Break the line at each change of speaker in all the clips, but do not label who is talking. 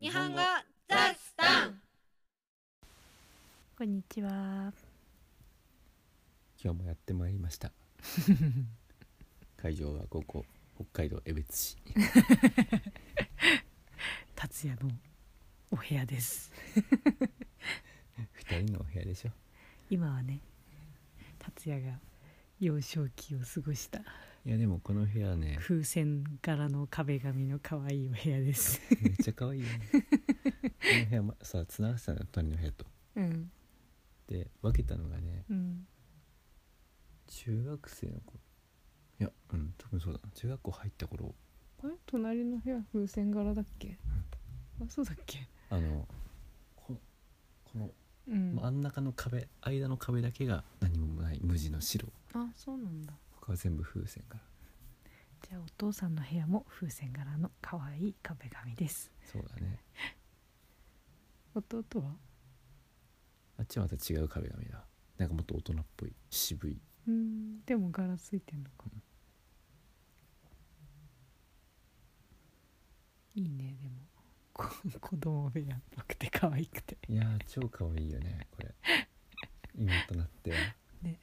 日本語ザスタン
こんにちは。
今日もやってまいりました会場はここ北海道江別市
達也のお部屋です
二人のお部屋でしょ
今はね達也が幼少期を過ごした
いやでもこの部屋ね
風船柄の壁紙の可愛いお部屋です
めっちゃ可愛いよ ねこの部屋もさ繋がってたのよ隣の部屋と
うん。
で分けたのがね
うん。
中学生の子いやうん多分そうだな中学校入った頃
あれ隣の部屋風船柄だっけ？
あそうだっけ
あのここの
うん
真ん中の壁間の壁だけが何もない無地の白
あ、そうなんだ。
他は全部風船から
じゃあお父さんの部屋も風船柄の可愛い壁紙です
そうだね
弟は
あっちはまた違う壁紙だなんかもっと大人っぽい渋い
うんでも柄ついてんのかないいねでもこ 子供部屋っぽくて可愛くて
いやー超可愛いよね これ今となっては
ね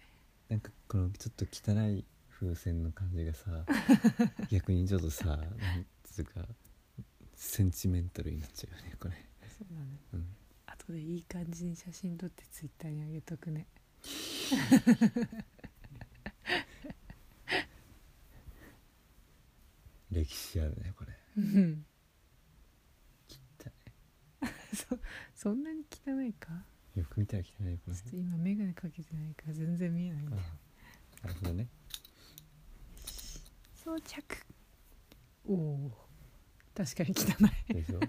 なんかこのちょっと汚い風船の感 じがさ逆にちょっとさなんつうかセンチメンタルになっちゃうよねこれ、
そうだね
うん、
後でいい感じに写真撮ってツイッターにあげとくね
歴史あるねこれ汚
そそんなに汚いか
いよく見たら汚い
ちょ
これ
っと今眼鏡かけてないから全然見えないんだよ
あなるほどね
装着おお確かに汚い
でしょ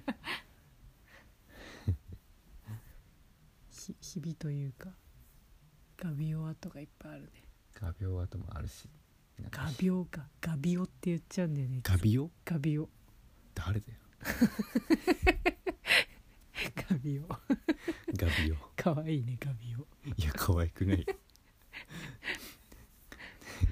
ひひびというか画鋲跡がいっぱいあるね
画鋲跡もあるしなんか
画鋲か画鋲って言っちゃうんだよね
画鋲
画鋲
誰だよ
画鋲
画鋲
かわいいね画鋲
いや可愛 くない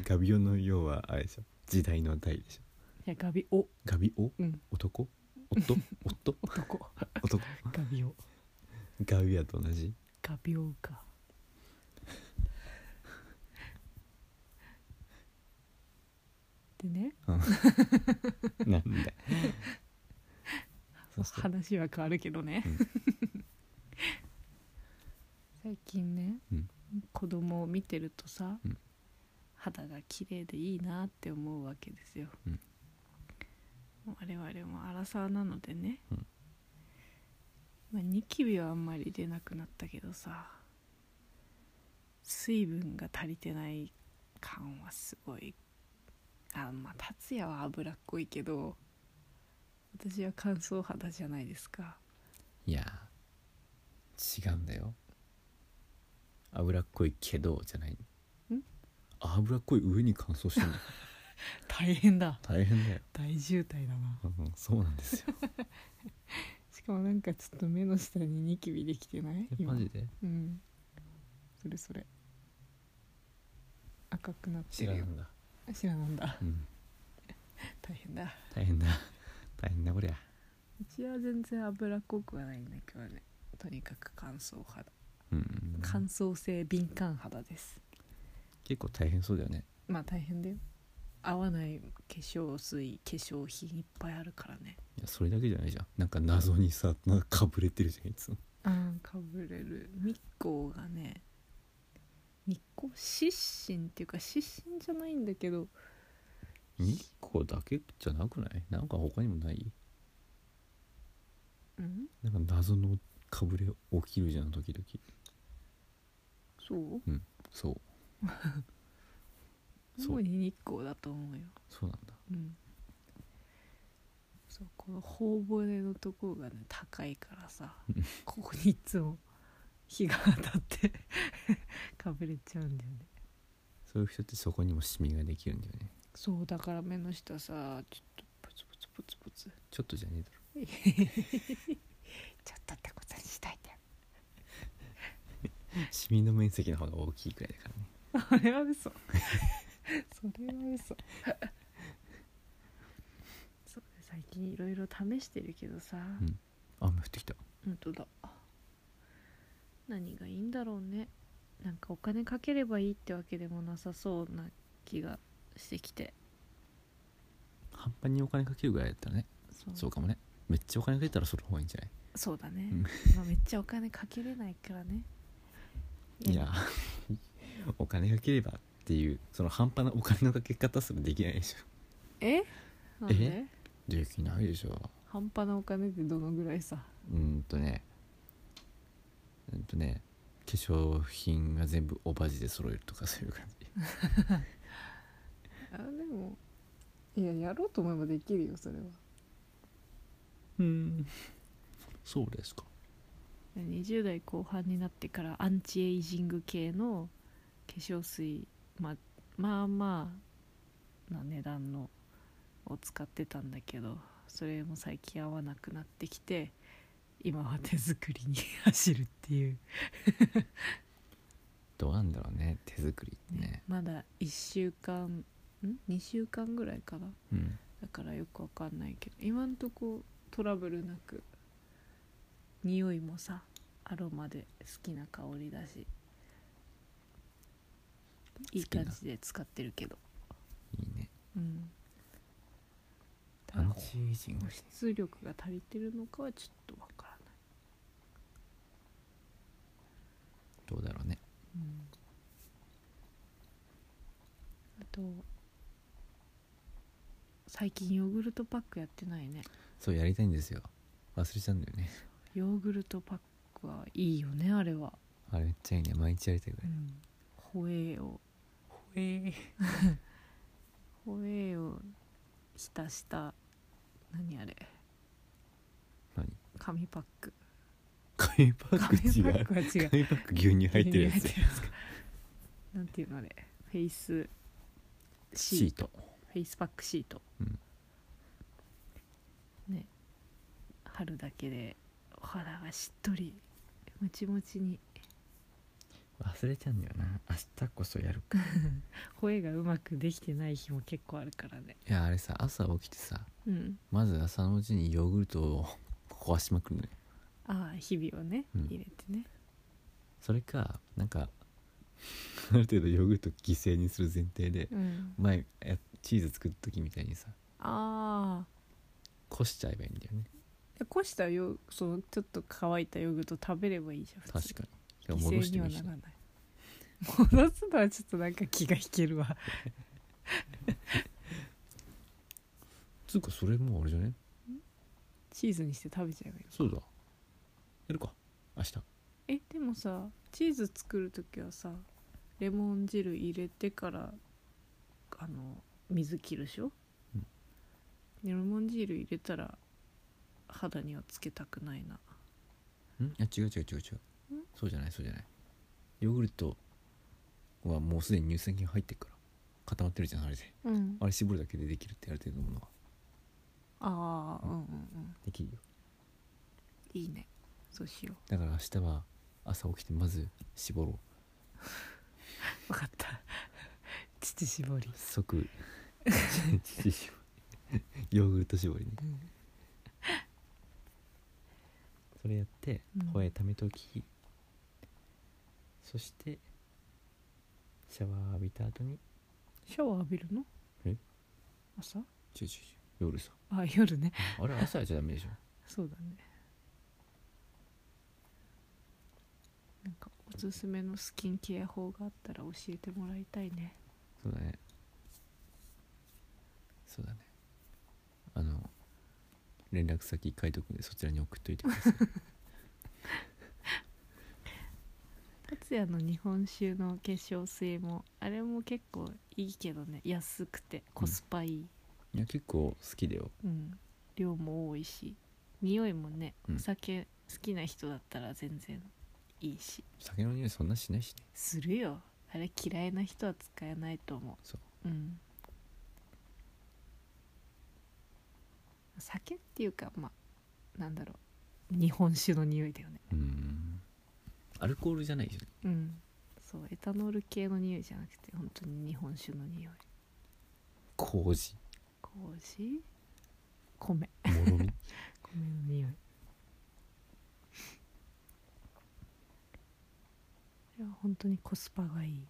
画鋲の要はあれでしょ時代の代でしょ
いや画鋲お
ガビオ
うん
男夫夫
男
男
画鋲
ガビアと同じ
画鋲かでね
なんだそうそう
話は変わるけどね、
うん
最近ね、
うん
子供を見てるとさ、
うん
肌が綺麗でいいなって思うわけですよ、
うん
我々も荒沢なのでね、
うん
まあ、ニキビはあんまり出なくなったけどさ水分が足りてない感はすごいあまあ達也は脂っこいけど私は乾燥肌じゃないですか
いや違うんだよ脂っこいけどじゃない脂っこい上に乾燥し てる
大変だ
大変だよ、
大渋滞だな
うん、そうなんですよ
しかもなんかちょっと目の下にニキビできてない
え
今
マジで
うんそれそれ赤くなって
知ら
る
な
よ
んだ、
白なんだ
うん、
大変だ
大変だ 大変だこりゃ
うちは全然脂っこくはないんだけどねとにかく乾燥肌
うん
乾燥性敏感肌です
結構大変そうだよね
まあ大変だよ合わない化粧水化粧品いっぱいあるからね
いやそれだけじゃないじゃんなんか謎にさなんかかぶれてるじゃんいつも
あーかぶれる日光がね日光湿疹っていうか湿疹じゃないんだけど
日光だけじゃなくないなんか他にもない
うん
なんか謎のかぶれ起きるじゃん時々
そう
そう そう
主に日光だと思うよ
そうなんだ
うんそうこの頬骨のところがね高いからさ
うん
ここにいつも日が当たって かぶれちゃうんだよね
そういう人ってそこにもシミができるんだよね
そうだから目の下さちょっとプツプツプツプツ
ちょっとじゃねえだろ
ちょっとってことにしたいんだよ
シミの面積の方が大きいくらいだから
そ
ね
れは嘘それは嘘そう最近いろいろ試してるけどさ、
うん雨降ってきた
本当だ
何がいいんだろうねなんかお金かければいいってわけでもなさそうな気がしてきて
半端にお金かけるぐらいだったらね
そう
そうかもねめっちゃお金かけたらその方がいいんじゃない
そうだね、
うん
まあ、めっちゃお金かけれないからね
いや お金かければっていうその半端なお金のかけ方すらできないでしょ
え
なんで
えできないでしょ
半端なお金ってどのぐらいさ
うーんとねうんとね化粧品が全部おばじで揃えるとかそういう感じ
あでもいややろうと思えばできるよそれは
うんそうですか
20代後半になってからアンチエイジング系の化粧水、まあ、まあまあな値段のを使ってたんだけどそれも最近合わなくなってきて今は手作りに走るっていう、
どうなんだろうね手作りってね
まだ1週間ん2週間ぐらいかな
うん
だからよくわかんないけど今んとこトラブルなく匂いもさアロマで好きな香りだしいい
好きな
感じで使ってるけど
いいね
うんた
アン
だ
チエイジング
保湿力が足りてるのかはちょっとわからない
どうだろうね
あと最近ヨーグルトパックやってないね
そうやりたいんですよ忘れちゃうんだよね
ヨーグルトパックはいいよねあれは
あれめっちゃいいね毎日やりたいぐらい
ホエーをホエーホエーを浸した何あれ
何
紙パック
紙パック
紙パ
違
ッ
う
クは違う
紙パック牛乳入ってるや
入っ
つ
てるかなんていうのあれフェイスシ
シ
ー
ー
ト
ト
フェイスパックシート、
うん
ね貼るだけでお肌がしっとりもちもちに
忘れちゃうんだよな明日こそやるか
声がうまくできてない日も結構あるからね
いやあれさ朝起きてさ
うん
まず朝のうちにヨーグルトを 壊しまくるのよ
ああ日々をね
うん
入れてね、
それかなんか ある程度ヨーグルト犠牲にする前提で
うん、
前えチーズ作る時みたいにさ
ああ
こしちゃえばいいんだよね
こしたよそのちょっと乾いたヨーグルト食べればいいじゃん普
確
通
かにいや
に
戻
犠
し
牲
て
に
も
はい
いし
ならない戻すのはちょっとなんか気が引けるわ
つうかそれもうあれじゃね
チーズにして食べちゃえばいい
そうだやるか明日
えでもさチーズ作る時はさレモン汁入れてからあの水切るでしょ、
うん
でレモン汁入れたら肌にはつけたくないなん
いや違う違う違う違うそうじゃないそうじゃないヨーグルトはもうすでに乳酸菌入ってるから固まってるじゃんあれで
うん、
あれ絞るだけでできるってある程度のものは
ああうんうんうん
できるよ
いいねそうしよ
だから明日は朝起きてまず絞ろ
う
う
分かった 乳搾り
即乳搾 りヨーグルト絞りね、それやって
うん
ホエー溜めとき、そしてシャワー浴びた後に
シャワー浴びるの
え
朝
ちょちょちょ夜さ
あ夜ね
あれ朝やっちゃダメでしょ
そうだねなんかおすすめのスキンケア法があったら教えてもらいたいね
そうだねそうだねあの連絡先書いとくんでそちらに送っといてください
達也の日本酒の化粧水もあれも結構いいけどね安くてコスパいい、
いや結構好きだよ
うん量も多いし匂いもね、
うん
お酒好きな人だったら全然いいし
酒の匂いそんなしないしね
するよあれ嫌いな人は使えないと思う、
そう
ん、酒っていうかまあなんだろう日本酒の匂いだよね
うんアルコールじゃないよね
うんそうエタノール系の匂いじゃなくて本当に日本酒の匂い
麹
麹米
もろみ
米の匂い
当にコスパがいい、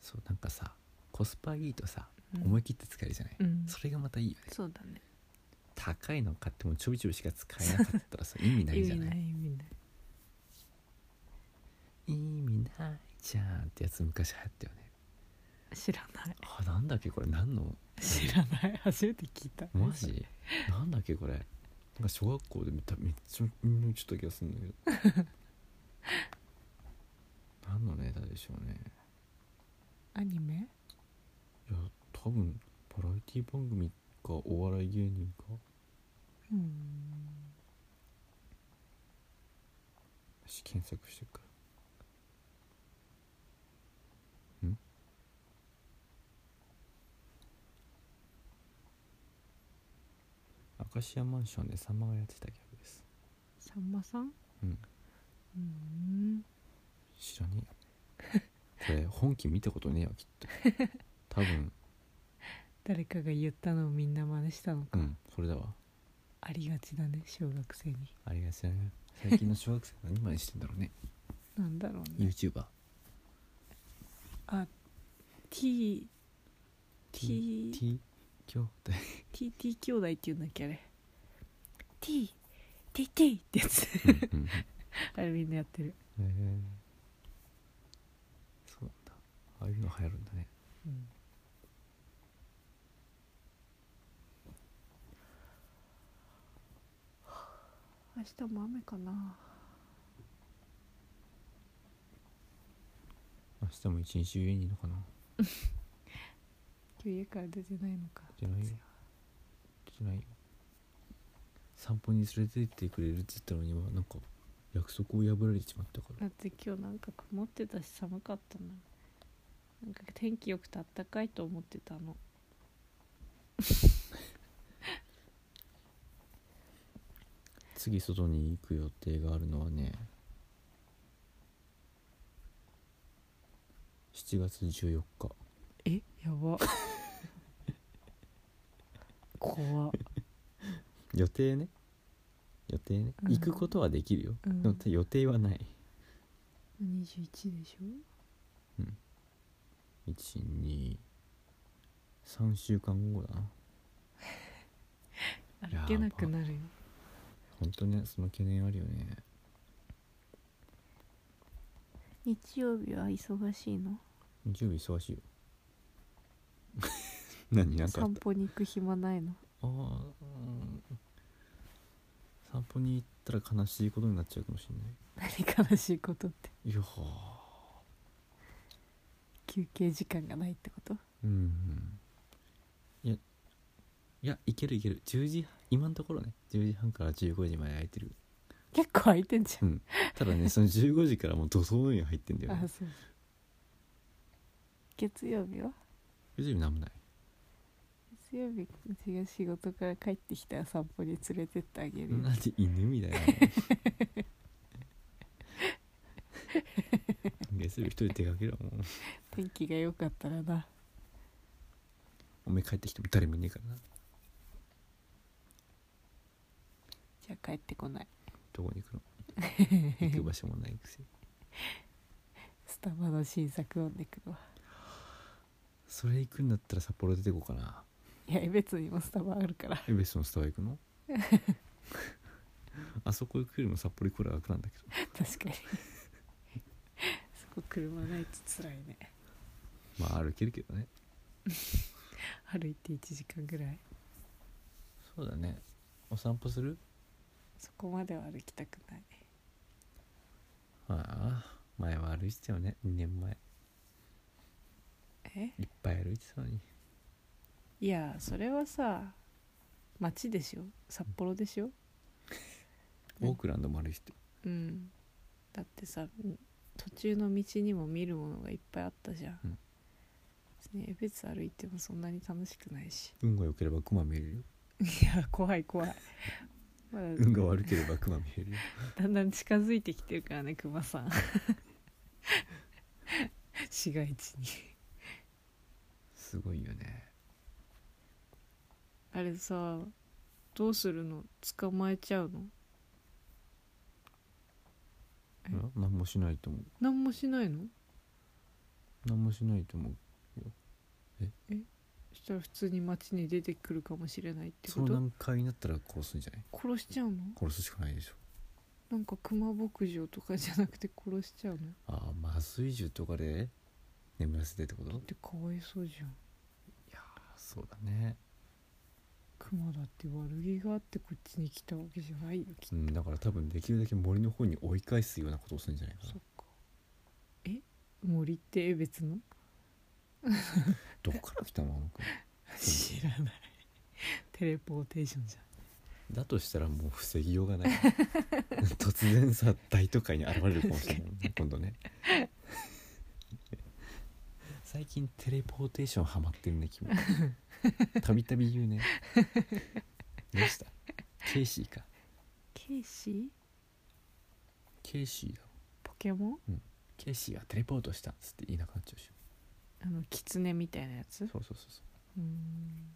そうなんかさコスパいいとさ
うん
思い切って使えるじゃない、
うん
それがまたいいよね
そうだね
高いの買ってもちょびちょびしか使えなかったら さ意味ない
意
じゃ
味
な
ない
い
意味ない
意味ないじゃんってやつ昔流行ったよね
知らない
あなんだっけこれ何の
知らない初めて聞いた
マ ジなんだっけこれなんか小学校で見ためっちゃ見抜いちゃった気がするんだけ ど何のネタでしょうね
アニメ
いや多分バラエティ番組かお笑い芸人か
うん
私検索してるからんアカシアマンションでサンマがやってたギャグです
さんまさん
うん
うん
知 らねえよこれ本気見たことねえよきっと多分
誰かが言ったのをみんな真似したのか、
うんそれだわ
ありがちだね小学生に
ありがちだね最近の小学生何までしてんだろうね
なんだろうね
YouTuber
T T
T 兄弟
TT 兄弟って言うんだっけあれ TTT ってやつ
うんうん
あれみんなやってる、
へえそうなんだああいうの流行るんだね
うん、
明日も雨かな
明日も一日家にいるのかな
今日家から出てないのか
出てないよ出てないよ散歩に連れて行ってくれるって言ったのにはなんか約束を破られちまったから
だって今日なんか曇ってたし寒かったななんか天気良くてあったかいと思ってたの
次外に行く予定があるのはね7月14日
えや ば怖っ
予定ね予定ね、
うん
行くことはできるよ、
うん
でも予定はない
21でしょ
123週間後だな
歩けなくなるよ
本当ねその懸念あるよね
日曜日は忙しいの
日曜日忙しいよ 何なんかあっ
散歩に行く 暇ないの
たあーうん散歩に行ったら悲しいことになっちゃうかもしれな
何悲しいことって
いいやー
休憩時間がないってこと
うんうんいやいやいけるいける10時今のところね10時半から15時まで空いてる
結構空いてんじ
ただねその15時からもう土葬のように入ってんだ
ゃん
よ
あ
ね
そう月曜日は
10時なんもない
月曜日うちが仕事から帰ってきたら散歩に連れてってあげるよ、
なんで犬みたいな月曜日一人で出かけるわもう
天気が良かったらな
おめえ帰ってきても誰もいねえからな
じゃあ帰ってこない
どこに行くの行く場所もないくせに
スタバの新作読んでくるわ
それ行くんだったら札幌出てこうかない
や別にもスタバある から
エベスのスタバ行く のあそこ行くよりも札幌行くら楽なんだけど
確かにそこ車ないと辛いね
まあ歩けるけどね
歩いて1時間ぐらい
そうだねお散歩する
そこまでは歩きたくない
ああ前は歩いてたよね2年前
え
いっぱい歩いてたのに
いやそれはさ町でしょ札幌でしょうん
オークランドも歩いてた
うんだってさん途中の道にも見るものがいっぱいあったじゃん、
うん
別に江別歩いてもそんなに楽しくないし
運が良ければクマ見えるよ
いや怖い 怖いまだ
運が悪ければクマ見えるよ
だんだん近づいてきてるからねクマ さん市街地に
すごいよね
あれさどうするの捕まえちゃうのえ
うん何もしないと思う
何もしないの
何もしないと思う
そしたら普通に街に出てくるかもしれないって
そ
こ
の
と
段階になったら殺すんじゃない
殺しちゃうの
殺すしかないでしょ
なんか熊牧場とかじゃなくて殺しちゃうの
ああ麻酔銃とかで眠らせてってこと
ってかわいそうじゃん
そうだね、
熊だって悪気があってこっちに来たわけじゃないよきっと
うん、だから多分できるだけ森の方に追い返すようなことをするんじゃないかな
そっかえ森って別の
どっから来たのあの子
知らない テレポーテーションじゃん
だとしたらもう防ぎようがない 突然さ大都会に現れるかもしれないもん ね今度ね最近テレポーテーションハマってるね君たびたび言うねどうしたケイシーか
ケイシー
ケイシーだ
ポケモン
ケイシーはテレポートしたっつって言いなくなっちゃうし
あのキツネみたいなやつう
そうそうそうそ
ーん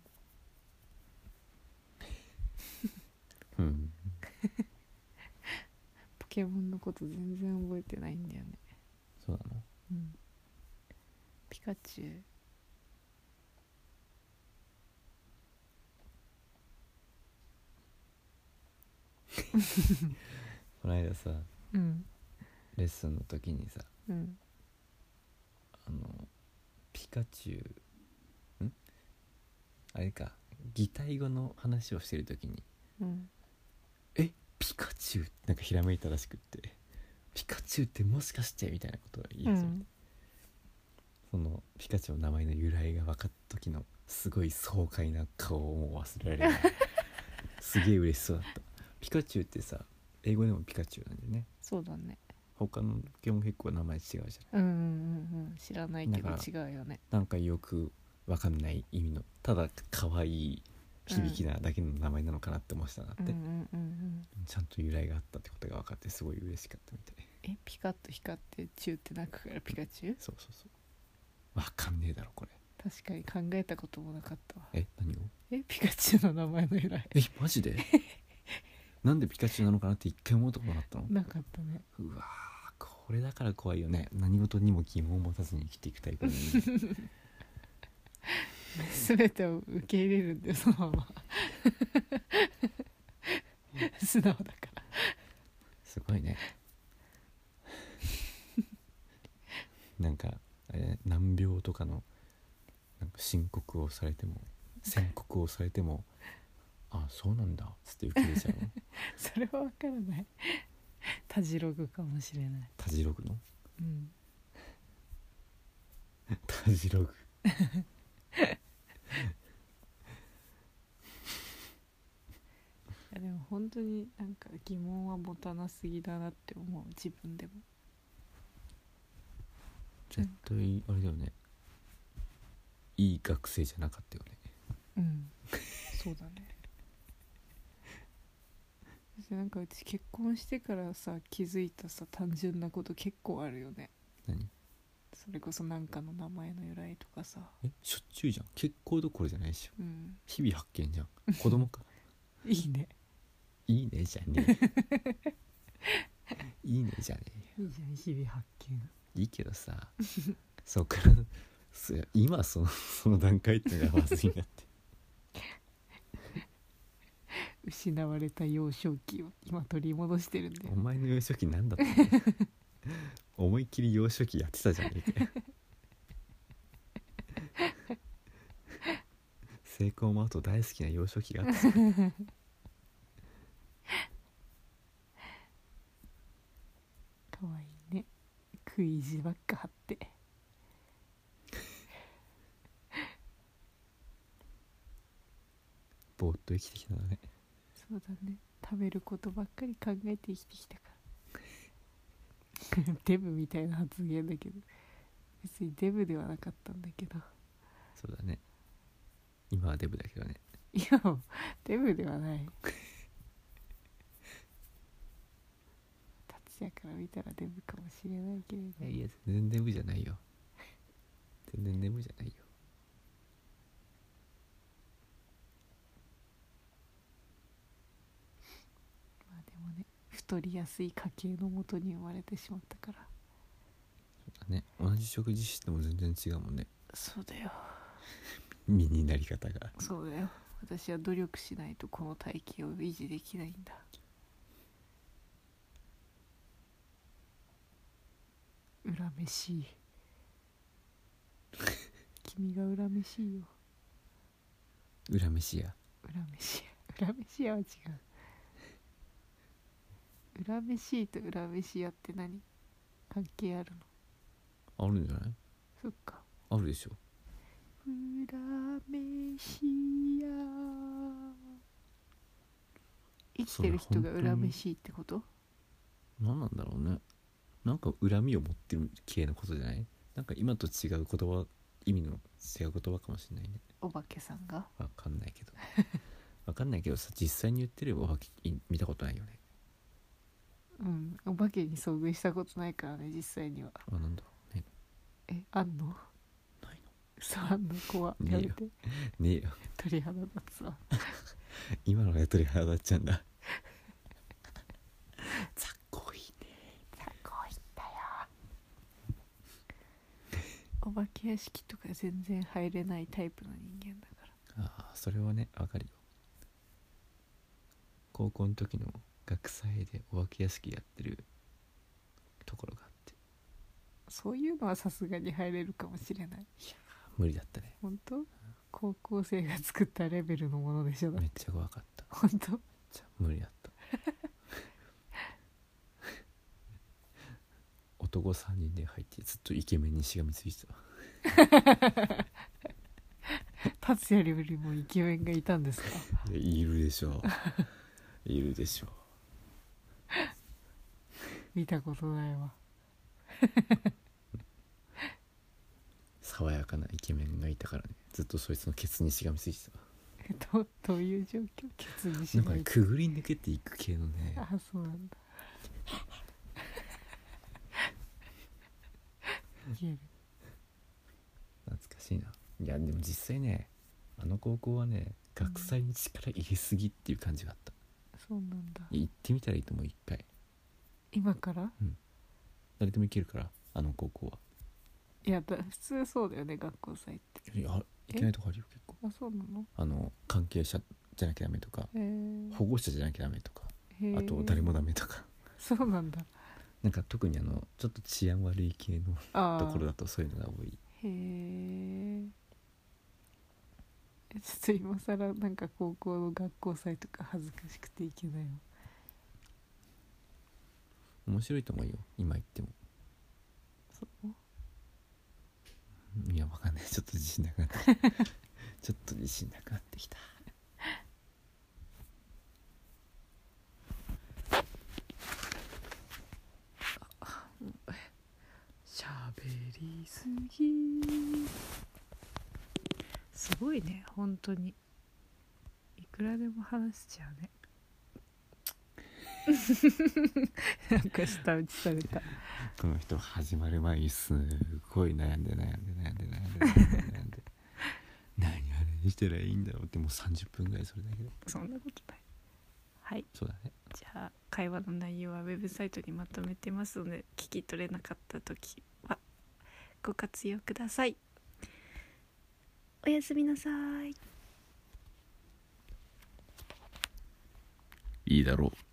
ううん
ポケモンのこと全然覚えてないんだよね
そうなの
うんピカチュウ
この間さ
うん
レッスンの時にさ
うん
あのピカチュウんあれか擬態語の話をしてる時に
うん
「えピカチュウ?」なんかひらめいたらしくって「ピカチュウってもしかして」みたいなことを言い始めて、そのピカチュウの名前の由来が分かった時のすごい爽快な顔をもう忘れられないすげえ嬉しそうだったピカチュウってさ英語でもピカチュウなんだよね
そうだね
他のポケモン結構名前違うじゃない
うんうんうんうん知らないけど
だ
違
か
うよね
なんかよくわかんない意味のただ可愛い響きなだけの名前なのかなって思ってたなって、
うんうんうんうん
ちゃんと由来があったってことが分かってすごい嬉しかったみたい
えピカッと光ってチュウって鳴くからピカチュウ
そうそうそうわかんねえだろこれ
確かに考えたこともなかったわ
え何を
えピカチュウの名前の由来
え マジでなんでピカチュウなのかなって一回も思ったことなかったの
なかったね
うわーこれだから怖いよね何事にも疑問を持たずに生きていくタイプなのに
全てを受け入れるんでそのまま素直だから
すごいね なんかあれ難病とかのなんか申告をされても宣告をされてもあそうなんだっつって受け入れちゃうの
それは分からないたじろぐかもしれない
たじろぐの
うん
たじろぐ
いやでも本当になんか疑問は持たなすぎだなって思う自分でも
絶対あれだよねいい学生じゃなかったよね
うんそうだね だってなんかうち結婚してからさ気づいたさ単純なこと結構あるよね
何
それこそなんかの名前の由来とかさ
えしょっちゅうじゃん結構どころじゃないでしょ
うん
日々発見じゃん子供か
いいね
いいねじゃねえいいねじゃねえ
いいじゃん日々発見
いいけどさそっからそ今そのその段階っていうのがまずいなって
失われた幼少期を今取り戻してるんだ
お
よ
前の幼少期なんだったの思いっきり幼少期やってたじゃんみたいな成功もあと大好きな幼少期があったじゃん
かわいいね食い意地ばっか張って
ぼーっと生きてきたのね
そうだね食べることばっかり考えて生きてきたから デブみたいな発言だけど別にデブではなかったんだけど
そうだね今はデブだけどね
いやデブではない達也から見たらデブかもしれないけれど
いやいや全然デブじゃないよ全然デブじゃないよ
まあでもね太りやすい家系のもとに生まれてしまったから
そうだね同じ食事しても全然違うもんね
そうだよ
身になり方が
そうだよ私は努力しないとこの体型を維持できないんだ恨めし い君が恨めしいよ
恨めしや
恨めしや恨めしやは違う恨めしいと恨めしやって何関係あるの
あるんじゃない
そっか
あるでしょ
恨めしや生きてる人が
それ本当に
恨めしいってこと
何なんだろうねなんか恨みを持ってる系のことじゃないなんか今と違う言葉意味の違う言葉かもしれないね
お化けさんが
わかんないけ どわかんないけどさ実際に言ってればおはき見たことないよね
うんお化けに遭遇したことないからね実際には
あなんだろうね
えあんの
ないの
そうあんの怖
ねえ
や
よ
めて
ねえよ
鳥肌立つわ
今のが鳥肌立っちゃうん だ雑魚いね
雑魚いったよ お化け屋敷とか全然入れないタイプの人間だから
ああそれはねわかるよ高校の時の学祭でお化け屋敷やってるところがあって
そういうのはさすがに入れるかもしれない
無理だったね
本当高校生が作ったレベルのものでしょだ
めっちゃ怖かった
本当
じゃ無理だった男3人で入ってずっとイケメンにしがみついてた
達也よりもイケメンがいたんですか
いやいるでしょういるでしょ
見たことないわ
う爽やかなイケメンがいたからねずっとそいつのケツにしがみついてた
えどどういう状況決意し
なんか
な
ね
い
くぐり抜けていく系のね
あそうなんだいける
懐かしいないやでも実際ねあの高校はね学祭に力入れすぎっていう感じがあった
そうなんだ
いや行ってみたらいいと思う一回
今から
誰でも行けるからあの高校はい
やだ普通そうだよね学校祭って
いや行けないとこあるよ結構
あそうなの
あの関係者じゃなきゃダメとか
へー
保護者じゃなきゃダメとか
へー
あと誰もダメとか
そうなんだ
なんか特にあのちょっと治安悪い系の
ああ
ところだとそういうのが多い
へーえちょっと今更なんか高校の学校祭とか恥ずかしくていけないわ
面白いと思うよ今行っても
そう
いやわかんないちょっと自信なくなって きたちょっと自信なくなってきた
しゃべりすぎすごいね本当にいくらでも話しちゃうねなんか舌打ちされた
この人始まる前にすごい悩んで悩んで悩んで悩んで悩んで悩んで 何あれにしたらいいんだろうってもう30分ぐらいそれだけで
そんなことないはい
そうだね
じゃあ会話の内容はウェブサイトにまとめてますので聞き取れなかった時はご活用くださいおやすみなさい
いいだろう